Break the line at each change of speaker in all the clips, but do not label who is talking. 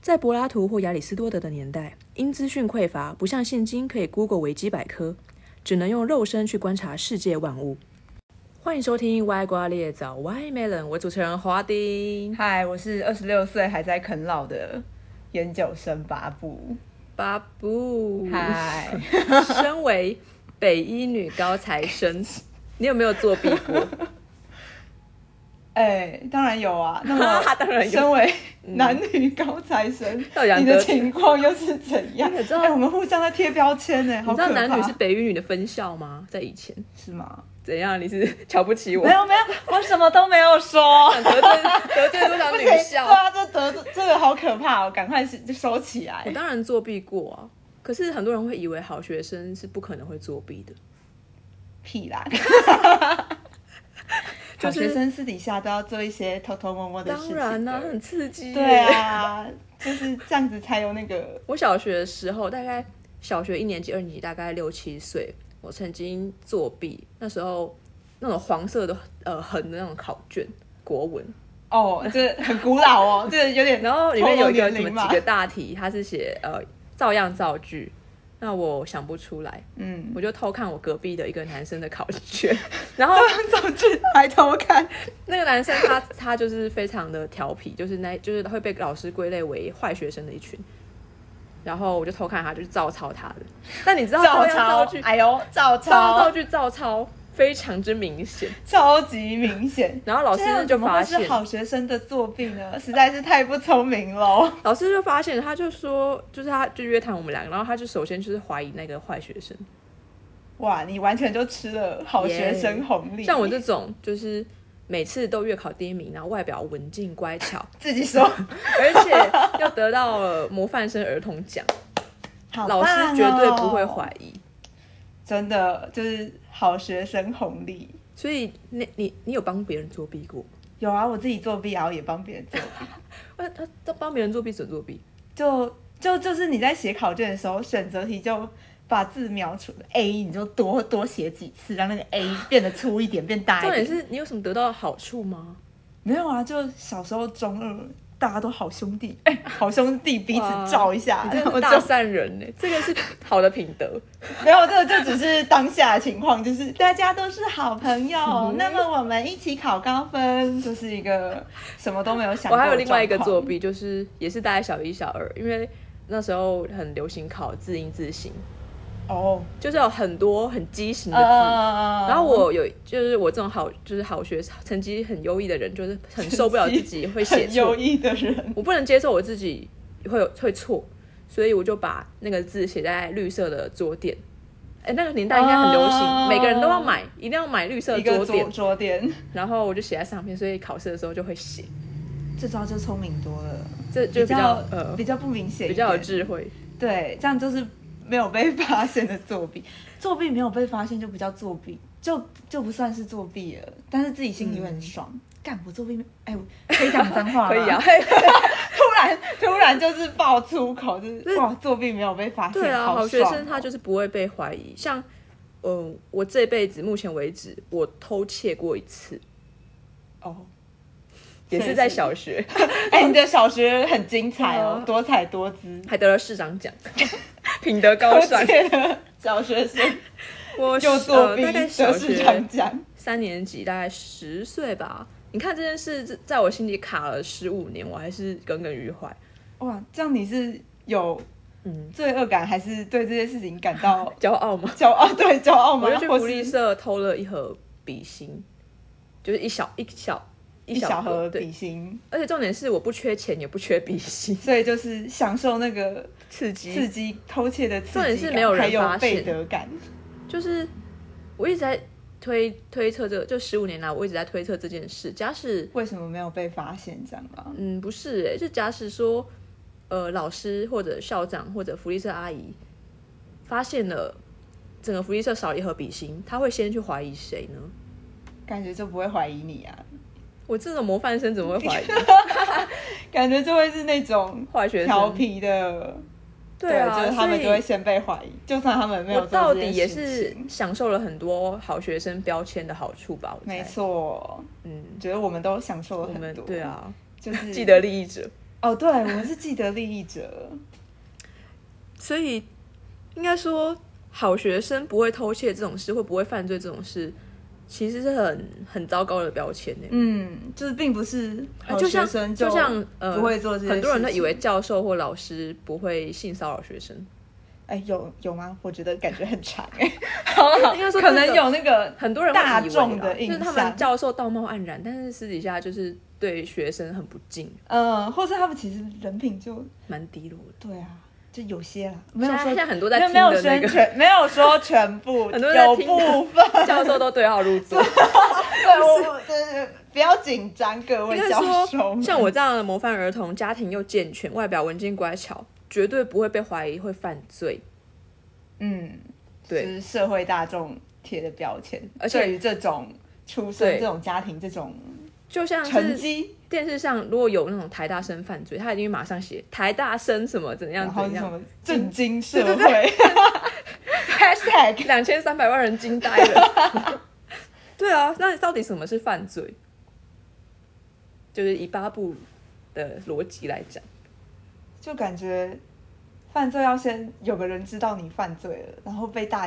在柏拉图或亚里士多德的年代，因资讯匮乏，不像现今可以 Google 维基百科，只能用肉身去观察世界万物。欢迎收听《歪瓜裂枣 Why Melon》，我主持人华丁。
嗨，我是二十六岁还在啃老的研究生巴布。
巴布，
嗨，
身为北医女高材生，你有没有作弊过？
哎、当然有啊。那么，
当然有
身为男女高材生，
到底要
你
得
的
罪
情况又是怎 样？
你知道
哎我们互相在贴标签呢、
你
好
知
可
道
怕。
男女是北医女的分校吗？在以前，
是吗？
怎样？你是瞧不起我
没？有没有，我什么都没有说。
得罪得罪多少
不行
女，
对
校？
啊，这得这这个好可怕哦，赶快是收起来
我。当然作弊过啊，可是很多人会以为好学生是不可能会作弊的，
屁 啦！
就
好
是
学生私底下都要做一些偷偷摸摸的事
当
情。
然啊啦、很刺激。
对，啊，就是这样子才有那个
我小学的时候，大概小学一年级、二年级，大概六七岁，我曾经作弊，那时候那种黄色的呃横的那种考卷。国文，
哦，这很古老哦，这有点
然后里面有一个
透
什
露年
么
龄嘛
几个大题，它是写呃照样造句，那我想不出来，
嗯，
我就偷看我隔壁的一个男生的考 卷，然后
走去抬头看，
那个男生他 他就是非常的调皮，就是那就是会被老师归类为坏学生的一群。然后我就偷看他，就是照抄他的。但你知道照
照
样造
抄
句，，
哎呦，照
照样造
抄，
句照抄非常之明显。
超级明显。
然后 老
这样
师就
啊怎么
发
会是
现，
好学生的作弊呢？实在是太不聪明喽。
老师就发现，他就说，就是他就约谈我们两个，然后他就首先就是怀疑那个坏学生，
哇，你完全就吃了好学生红利。
像我这种就是每次都月考第一名，然后外表文静乖 巧，
自己说，
而且又得到了模范生儿童奖，
好
老
棒
师
哦
绝对不会怀，疑。
真的就是好学生红利。
所以你你你有帮别人作弊过？
有啊，我自己作弊，然后也帮别人作弊。
呃，他他帮别人作弊怎么作弊？
就就就是你在写考卷的时候，选择题就把字描出 A，你就多多写几次，让那个 A 变得粗一点，变大
重
一
点
点。
是你有什么得到的好处吗？
没有啊，就小时候中二，大家都好兄弟，哎、好兄弟彼此照一下
你，真
然
的
后
是
就
大善人 呢、这个是好的品德。
没有，这这只是当下的情况，就是大家都是好朋
嗯
友，那么我们一起考高分，就是一个什么都没有想
我
过的状况。
还有另外一个作弊，就是也是大概小一、小二，因为那时候很流行考字音字形，
哦，
就是有很多很畸形的字。
呃
嗯然后我有，就是我这种好，就是好学成绩很优异的人，就是很受不了自己会写
很
错
优，异的人，
我不能接受我自己会有会错，所以我就把那个字写在绿色的桌垫。哎，那个年代应该很流行，
哦
每个人都要买，一定要买绿色
一
桌
个
垫
桌。桌垫。
然后我就写在上面，所以考试的时候就会写，
这招就聪明多了，
这就比较
较
呃
比较不明显一点，
比较有智慧。
对，这样就是没有被发现的作弊，作弊没有被发现就不叫作弊，就就不算是作弊了，但是自己心里会很爽。干我作弊没？哎、我可以讲脏话 吗，
可以啊，
突然突然就是爆粗口，就是哇，作弊没有被发现，
对啊，好
好
学
爽
生他就是不会被怀疑。像嗯、我这辈子目前为止，我偷窃过一次，
哦。
也是在小学，
哎、
哦
你的小学很精彩
对
哦
啊，
多彩多姿，
还得了市长 奖，品德高尚
而。且小学生
我
就作弊，
呃呃、大概
就
小
是
学
这样讲。
三年级，大概十岁吧。你看这件事这在我心里卡了十五年，我还是耿耿于怀。
哇，这样你是有
嗯，
罪恶感，还是对这件事情感到
骄傲吗？
骄傲？ 对，骄傲吗
我就？去
或
福利
是
社偷了一盒笔芯，就是一小一小一
一小盒
对。
笔芯，
而且重点是我不缺钱，也不缺笔芯，
所以就是享受那个
刺激
刺激、偷窃的刺激
重
感，
点是没有人
还
发
有
现
被得感。
就是我一直在推推测这个，就十五年来我一直在推测这件事。假使
为什么没有被发现？这样吧，
嗯，不是诶、就假使说，呃，老师或者校长或者福利社阿姨发现了整个福利社少了一盒笔芯，他会先去怀疑谁呢？
感觉就不会怀疑你啊，
我这种模范生怎么会怀 疑
感觉就会是那种
坏学
调
生？
皮的，
对啊，
就是他们就
所以
会先被怀疑，就算他们没有
我
做
到
这
底
件
也
事
是
情
享受了很多好学生标签的好处吧？我猜
没，错，
嗯，
觉得我们都享受
我
了很
们
多，
对，啊，
就是
既得利益者，
哦，对，我们是既得利益者。
所以应该说，好学生不会偷窃这种事，会不会犯罪这种事，其实是很很糟糕的标签欸呢。
嗯，就是并不是好
就
哦学
像
生
就像呃，
不会做这些
很多人都
事
以为
情
教授或老师不会性骚扰学生，
哎有有吗？我觉得感觉很长哎、 好好，
欸应该说
可
这
能
个
有那个
很多人会以为
大
啦
众的印
就是
象，
他们教授道貌岸然，但是私底下就是对学生很不敬，
嗯，或是他们其实人品就
蛮低落 的。
对啊，就有些啦，没
现
有
在现
说
在很多
没
在
有
听
没有
的那
宣
个
全，没有说全部，
很多人在
有
听
部
的
分。
教授都对号入座。
对，我对对，不要紧张，各位
应该
教授
说，
们。
像我这样的模范儿童，家庭又健全，外表文静乖巧，绝对不会被怀疑会犯罪。
嗯，就
对，
是社会大众贴的标签，
而且
对于这种出身、
对
这种家庭、这种
就像
成
是
绩，
电视上如果有那种台大生犯罪，他一定会马上写台大生什么怎
然
样
后
怎
是什
样
么 震惊社 会，#hashtag
两千三百万人惊呆了。对啊，那到底什么是犯罪？就是以巴布的逻辑来讲，
就感觉犯罪要先有个人知道你犯罪了，然后被大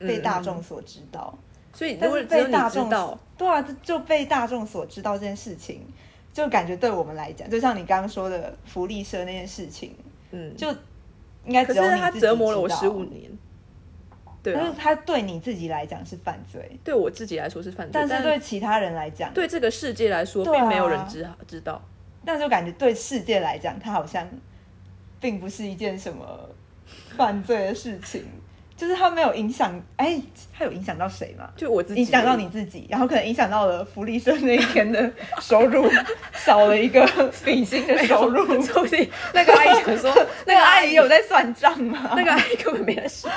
嗯
被大众所知道。
所以如
但
果
是
只有
被
你
大
知
众
道，
对啊，这就被大众所知道这件事情，就感觉对我们来讲，就像你刚刚说的福利社那件事情，
嗯，
就应该
可
只
是
有你
他
自己
折磨了我
知道嗯
十五，年。对
但是
啊，
他对你自己来讲是犯罪，
对我自己来说是犯罪，
但是对其他人来讲，
对这个世界来说，
对啊
并没有人知知道。
那就感觉对世界来讲，它好像并不是一件什么犯罪的事情，就是它没有影响，哎，它有影响到谁吗？
就我自己
影响到你自己，然后可能影响到了福利社那一天的收入，少了一个比心的收 入。
所以那个阿姨想说，
那个阿姨有在算账吗？
啊那个阿姨根本没在 说，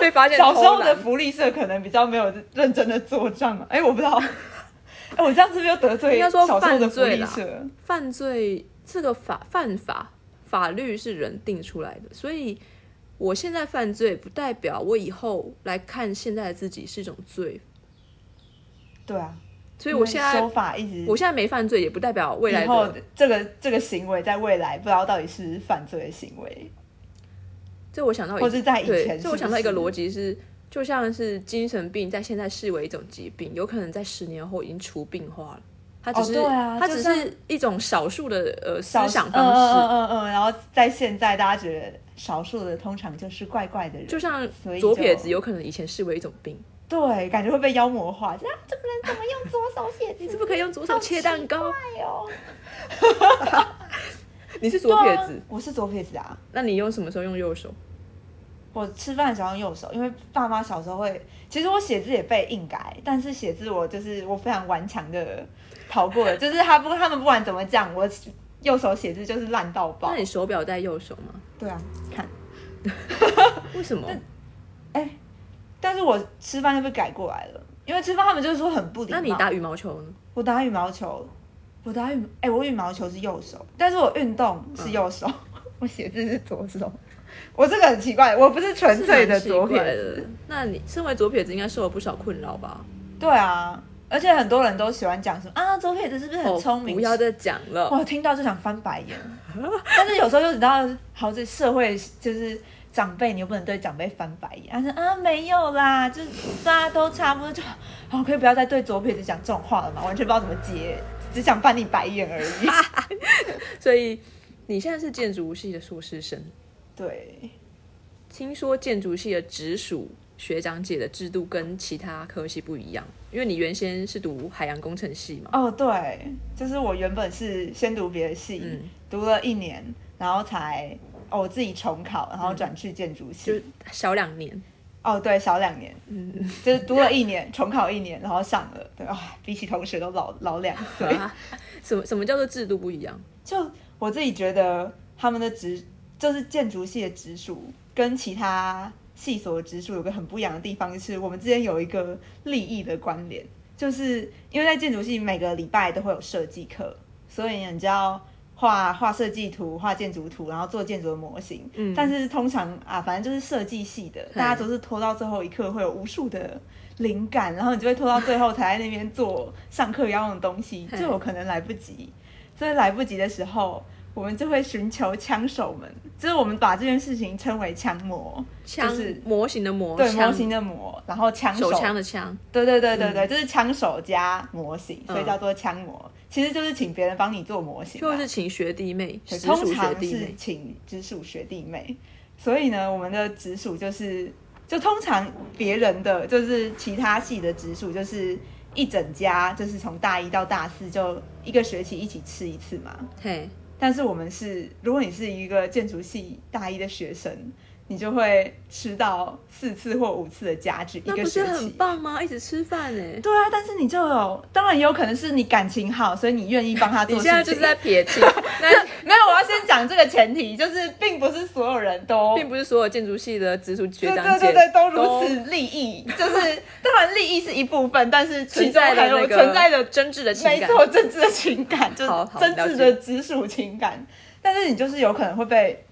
被发现
小时候
偷
的
懒
福利社可能比较没有认真的做账啊。哎、我不知道， 哎、我这样是不是又得罪
应该说
小时候的
犯
福
罪
利
啦
社？
犯罪这个法犯法法律是人定出来的，所以我现在犯罪不代表我以后来看现在的自己是一种罪，
对啊，
所以我
因为
现在
手法一直，
我现在没犯罪，也不代表未来
以后
的
这个这个行为在未来不知道到底是犯罪的行为，
这我想到一，
或是在以
对，
前
这
是
我
不
想到一个
是
逻辑是，就像是精神病在现在视为一种疾病，有可能在十年后已经除病化了。它只
哦
是、
对啊
它
就
只
像
是一种少数的呃思
少
想
嗯
方式，
嗯嗯嗯嗯，然后在现在大家觉得少数的通常就是怪怪的人，
就像
所以
左
就
撇子有可能以前视为一种病，
对，感觉会被妖魔化，这样这个人怎么用左手写
你
字？
是不是可以用左手
好
切
奇
蛋糕？啊
怪哦，
你是左撇
对啊
子，
我是左撇子啊。
那你用什么时候用右手？
我吃饭喜欢用右手，因为爸妈小时候会，其实我写字也被硬改，但是写字我就是我非常顽强的逃过了，就是他不他们不管怎么讲，我右手写字就是烂到爆
那。你手表戴右手吗？
对啊，看，
为什么？
但是我吃饭就被改过来了，因为吃饭他们就是说很不礼貌。
那你打羽毛球呢？
我打羽毛球，我打羽哎、我羽毛球是右手，但是我运动是右手，
嗯
我写字是左手。我这个很奇怪，我不是纯粹的
是蛮奇
左撇
怪
子，
的。那你身为左撇子，应该受了不少困扰吧？
对啊，而且很多人都喜欢讲什么啊，左撇子是不是很聪
哦，
明？
不要再讲了。
哇，听到就想翻白眼。但是有时候就知道，好，这社会就是长辈，你又不能对长辈翻白眼。他说啊，没有啦，就是大家都差不多就好，可以不要再对左撇子讲这种话了嘛，完全不知道怎么接，只想翻你白眼 而已。
所以你现在是建筑系的硕士生，
对，
听说建筑系的直属学长姐的制度跟其他科系不一样，因为你原先是读海洋工程系嘛，
哦对，就是我原本是先读别的系，
嗯
读了一年，然后才哦我自己重考，然后转去建筑系。
嗯就小两年，
哦，对，小两年，嗯，就是读了一年，重考一年，然后上了，对啊、比起同学都老老两岁。
什么什么叫做制度不一样？
就我自己觉得他们的直就是建筑系的直属跟其他系所的直属有个很不一样的地方，就是我们之间有一个利益的关联，就是因为在建筑系每个礼拜都会有设计课，所以你就要。画画设计图、画建筑图，然后做建筑的模型。嗯，但是通常啊，反正就是设计系的，大家都是拖到最后一刻，会有无数的灵感，然后你就会拖到最后才在那边做上课要用的东西，就有可能来不及。所以来不及的时候，我们就会寻求枪手们，就是我们把这件事情称为枪魔，
枪、
就是
模型的模，
对模
枪
型的魔，然后枪
手枪的枪，
对对对对对，就是枪手加模型，所以
嗯
叫做枪模。其实就是请别人帮你做模型啊、
或是请学弟妹，
对
直
通
属学
常
弟
是
妹，
请直属学弟妹。所以呢，我们的直属就是，就通常别人的就是其他系的直属就是一整家，就是从大一到大四就一个学期一起吃一次嘛。
嘿，
但是我们是，如果你是一个建筑系大一的学生，你就会吃到四次或五次的家具，一
那
个
不
学
是
期。
很棒吗？一直吃饭哎、
对啊，但是你就有，当然也有可能是你感情好，所以你愿意帮他做
你
事
现在
情。
就是在撇清，那
没有，我要先讲这个前提，就是并不是所有人都。
并不是所有建筑系的直属学
对
长
对
姐
对对，都如此利益，就是当然利益是一部分，但是其
存
中
在的
还有
那个
存在的
真挚的情
没
感，
错，政治的情感，就是
好好
政
了
治
解
的直属情感。但是你就是有可能会被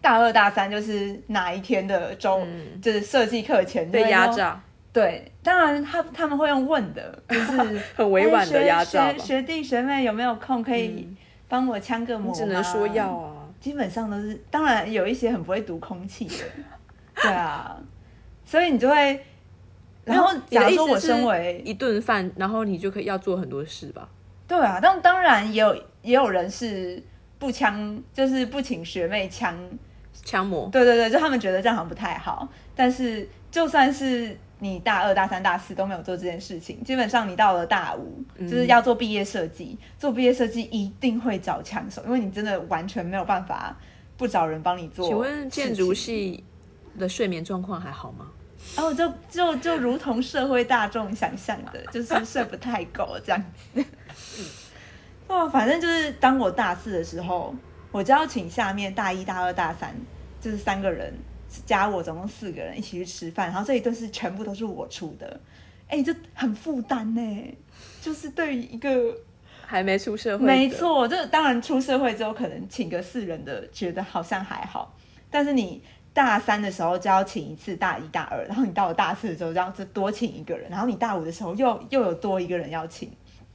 大二大三，就是哪一天的周，
嗯
就是设计课前
被压。
就会说
榨，
对，当然他他们会用问的，就是 哎
很委婉的压榨吧
哎学
嗯
学，学弟学妹有没有空可以帮我枪个模？
你只能说要。啊。
基本上都是，当然有一些很不会读空气的，对啊，所以你就会。然后，
你的
假如
意
说
思
我
是
身为
一顿饭，然后你就可以要做很多事吧？
对啊，但当然也有也有人是不枪，就是不请学妹枪。
枪模，
对对对，就他们觉得这样好像不太好。但是就算是你大二、大三、大四都没有做这件事情，基本上你到了大五，
嗯
就是要做毕业设计，做毕业设计一定会找枪手，因为你真的完全没有办法不找人帮你做事情。
请问建筑系的睡眠状况还好吗？
哦，就就就如同社会大众想象的，就是睡不太够这样子。哦，反正就是当我大四的时候，我就要请下面大一、大二、大三，就是三个人加我，总共四个人一起去吃饭，然后这一顿是全部都是我出的，哎，这很负担呢。就是对于一个
还没出社会，
没，错，这当然出社会之后可能请个四人的，觉得好像还好。但是你大三的时候就要请一次大一、大二，然后你到了大四的时候，这样子多请一个人，然后你大五的时候又 又有多一个人要请。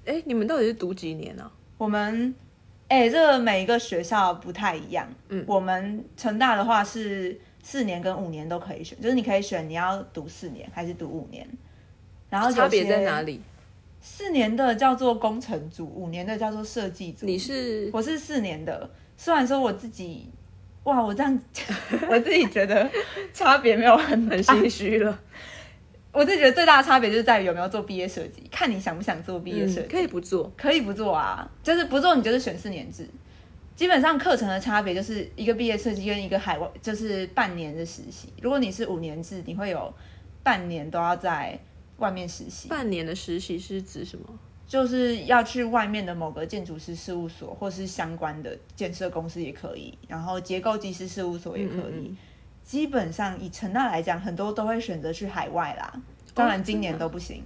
哎，你们到底是读几年啊？
我们哎、这个每一个学校不太一样。嗯，我们成大的话是四年跟五年都可以选，就是你可以选你要读四年还是读五年。然后有
差别在
些
哪？里？
四年的叫做工程组，五年的叫做设计组。
你是
我是四年的，虽然说我自己，哇，我这样， 我自己觉得差别没有很
很
很
心虚了，
我自己觉得最大的差别就是在于有没有做毕业设计，看你想不想做毕业设
嗯，
计，
可以不做，
可以不做啊，就是不做你就是选四年制。基本上课程的差别就是一个毕业设计跟一个海外就是半年的实习。如果你是五年制，你会有半年都要在外面实习，
半年的实习是指什么？
就是要去外面的某个建筑师事务所，或是相关的建设公司也可以，然后结构技师事务所也可以。
嗯嗯嗯
基本上以成大来讲，很多都会选择去海外
哦
啦。当然今年都不行，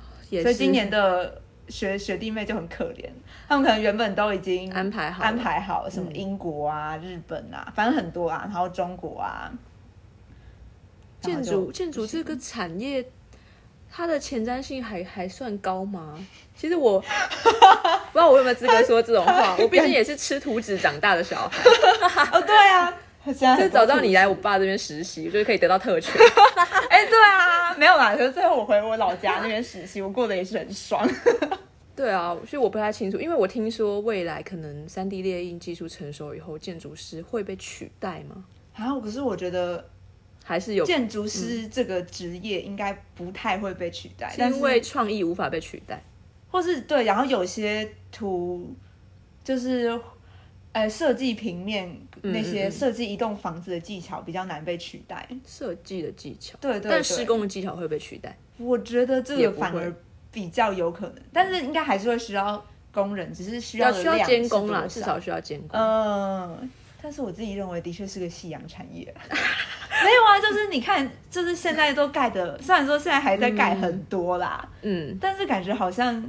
啊也
所以
是
今年的学学弟妹就很可怜，他们可能原本都已经
安排好了嗯
安排好了什么英国啊、日本啊，反正很多啊，然后中国啊。然
建
后就嗯
筑建筑这个产业，它的前瞻性还还算高吗？其实我 不知道我有没有资格说这 种话，我毕竟也是吃土纸长大的小孩，
哦，对啊，现在
就
很多
找到
土
你来我爸这边实习，就是可以得到特 权。
哎、对啊，没有啦，可是最后我回我老家那边实习，我过得也是很 爽。
对啊，所以我不太清楚，因为我听说未来可能三 D 列印技术成熟以后，建筑师会被取代吗？
啊，可是我觉得
还是有，嗯
建筑师这个职业应该不太会被取代，但是
因为创意无法被取代。
或是对，然后有些图就是。呃，设计平面
嗯
那些
嗯
设计一栋房子的技巧比较难被取代，
设计的技巧，
对对
但
对
施工的技巧会被取代。
我觉得这
也
个
不
反
会
而比较有可能，但是应该还是会需要工人，只是需要
要
的
需要
量
监
是
工啦，
多
至
少
少需要监工。
嗯，但是我自己认为的确是个夕阳产业。 没有啊，就是你看，就是现在都盖的，虽然说现在还在盖很多啦，
嗯，
但是感觉好像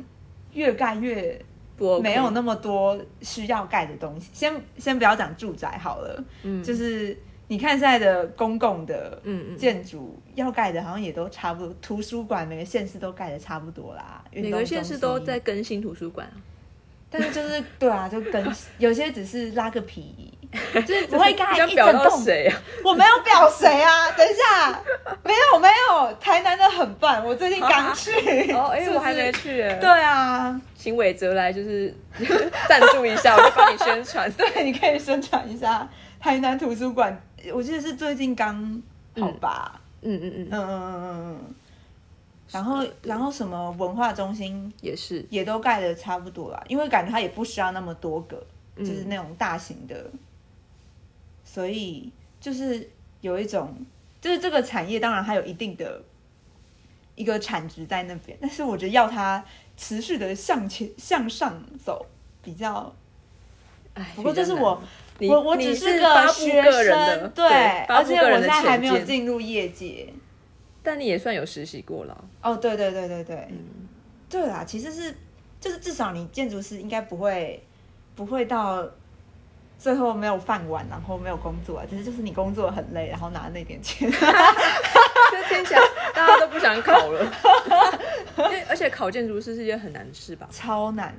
越盖越
不、OK、
没有那么多需要盖的东西。先先不要讲住宅好了，
嗯
就是你看现在的公共的
嗯嗯，
建筑要盖的，好像也都差不多。图书馆每个县市都盖的差不多啦，
每
运动
个县市都
中心
在更新图书馆啊，
但 是就是对啊，就跟有些只是拉个皮，就是 不会跟他
这样
一
表
整
到
栋。
谁啊？
我没有表谁啊？等一下，没有没有，台南的很棒，我最近刚去。
哦，哎、
是不
我 还没
是。
去耶。
对，啊，
请伟哲来就是 赞助一下，我就帮你宣传。
对，你可以宣传一下台南图书馆，我记得是最近刚好吧？
嗯嗯嗯，
嗯嗯嗯嗯嗯。然后，然后什么文化中心
也是。
也都盖的差不多啦，因为感觉它也不需要那么多个，
嗯
就是那种大型的，所以就是有一种，就是这个产业当然它有一定的一个产值在那边，但是我觉得要它持续的向前向上走比较，
哎，
不过
比较
这是
难
我。
你
我我
你
只
是
个
发布
学
个人的
生，，对，
发
而
布
且
个
我
人
现
的
在
浅
还没有
见。
进入业界。
但你也算有实习过了。
哦，对对对对
嗯
对，对啦，其实是就是至少你建筑师应该不会不会到最后没有饭碗，然后没有工作啊，只是就是你工作很累，然后拿那点 钱。
这听起来大家都不想考了， 因为而且考建筑师是一件很难的事吧？
超难，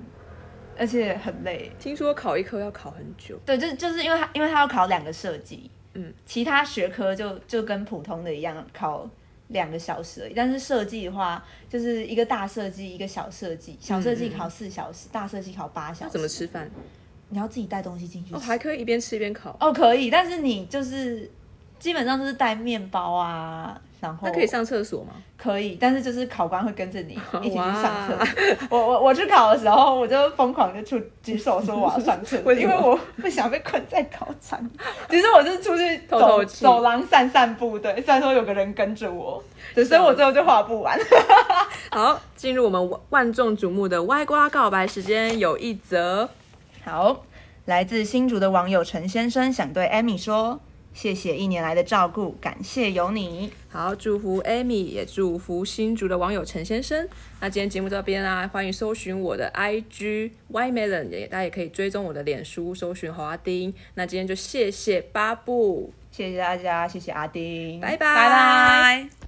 而且很累。
听说考一科要考很久，
对，就就是因为他因为他要考两个设计，
嗯，
其他学科就就跟普通的一样考两个小时而已，但是设计的话就是一个大设计，一个小设计，小设计
嗯嗯
考四小时，大设计考八小
那
时。
怎么？吃饭？
你要自己带东西进去吃。
哦，还可以一边吃一边考，
哦，可以，但是你就是基本上就是带面包啊，然后
那可以上厕所吗？
可以，但是就是考官会跟 着你一起去上厕
哇
所。 我我我去考的时候，我就疯狂的去举手说我要上厕所，
为什
因
么
为我不想被困在考场。 其实我是 出去
透
走
透气
走廊散散步，对，虽然说有个人跟 着我，对所以我最后就画不完。
好，进入我们万万众瞩目的歪瓜告白时间，有一则
好，来自新竹的网友陈先生想对 Amy 说：谢谢一年来的照顾，感谢有你。
好，祝福 Amy，也祝福新竹的网友陈先生。那今天节目到这边啦、欢迎搜寻我的 IG Ymelon，也大家也可以追踪我的脸书，搜寻华丁。那今天就谢谢巴布，
谢谢大家，谢谢阿丁，
拜拜
拜拜。